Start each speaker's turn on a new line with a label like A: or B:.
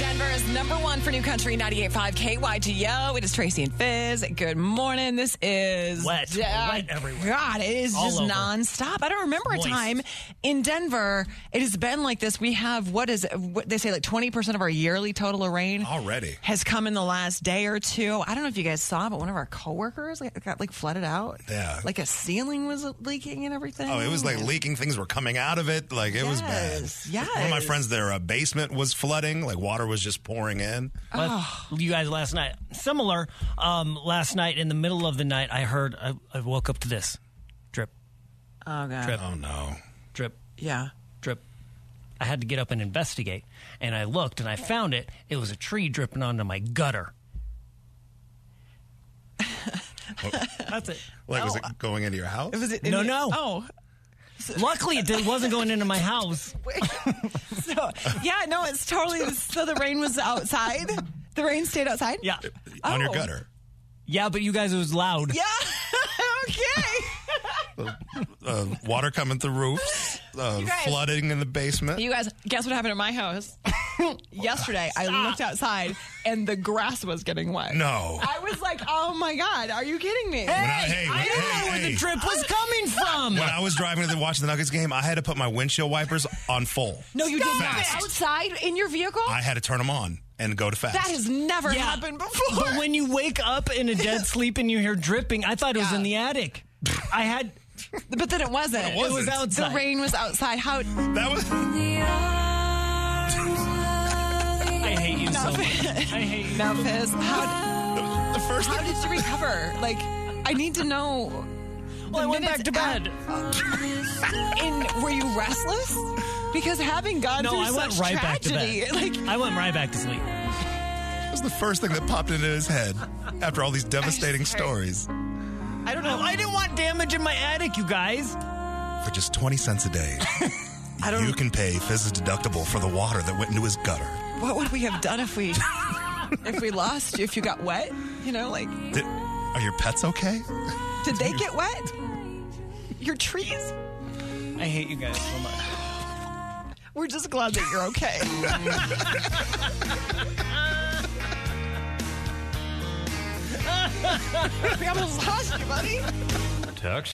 A: Denver's number one for New Country 98.5 KYGO. It is Tracy and Fizz. Good morning. This is
B: Wet.
A: Yeah,
B: Wet everywhere.
A: God, it is
B: All
A: just
B: over.
A: nonstop. I don't remember a
B: Moist.
A: time in Denver it has been like this. We have what is what they say like twenty percent of our yearly total of rain
C: Already.
A: has come in the last day or two. I don't know if you guys saw, but one of our coworkers got, got like flooded out.
C: Yeah.
A: like a ceiling was leaking and everything.
C: Oh, it was like leaking. Things were coming out of it. Like it was bad.
A: Yes, yes.
C: One of my friends, their uh, basement was flooding. Like water was just pouring in.
A: Oh.
B: with you guys last night. Similar, um, last night in the middle of the night, I heard, I, I woke up to this drip,
A: Oh god.
B: Trip.
C: Oh no.
B: drip,
A: Yeah.
B: drip. I had to get up and investigate. And I looked and I found it. It was a tree dripping onto my gutter. That's it.
C: Like was it going into your house?
A: Was Oh. it
B: No,
A: the-
B: no.
A: Oh.
B: Luckily, it did- wasn't going into my house.
A: So, yeah, no, it's totally. So the rain was outside. The rain stayed outside.
B: Yeah.
C: on your
A: Oh.
C: gutter.
B: Yeah, but you guys, it was loud.
A: Yeah. okay.
C: Uh, water coming through roofs. Uh,
A: You guys-
C: flooding in the basement.
A: You guys, guess what happened at my house? Yesterday, I looked outside and the grass was getting wet.
C: no.
A: I was like, oh my God, are you kidding me?
C: When I- hey,
B: I
C: when-
B: didn't
C: hey,
B: know where
C: hey.
B: the drip was coming from.
C: When I was driving to the watch the Nuggets game, I had to put my windshield wipers on full.
A: No, you did not.
C: Fast.
A: Outside in your vehicle?
C: I had to turn them on and go to fast.
A: that has never
B: Yeah.
A: happened before.
B: But when you wake up in a dead sleep and you hear dripping, I thought it was
A: Yeah.
B: in the attic. I had
A: but then it wasn't.
C: It wasn't.
B: it was
A: The
B: outside.
A: rain was outside. How?
C: that was
B: I hate you so much. I hate you.
A: Now, Fizz, how,
C: the first
A: how
C: thing.
A: did you recover? Like, I need to know.
B: Well, I went back to bed.
A: And were you restless? Because having gone
B: No,
A: through
B: I went
A: such
B: right back to
A: tragedy,
B: bed.
A: like
B: I went right back to sleep.
C: That was the first thing that popped into his head after all these devastating stories.
B: I don't know. I didn't want damage in my attic, you guys.
C: For just twenty cents a day, you can pay Fizz's deductible for the water that went into his gutter.
A: what would we have done if we if we lost you if you got wet? You know, like
C: Did, are your pets okay?
A: did they get wet? Your trees?
B: I hate you guys so much.
A: We're just glad that you're okay. we almost lost you, buddy.
D: Text.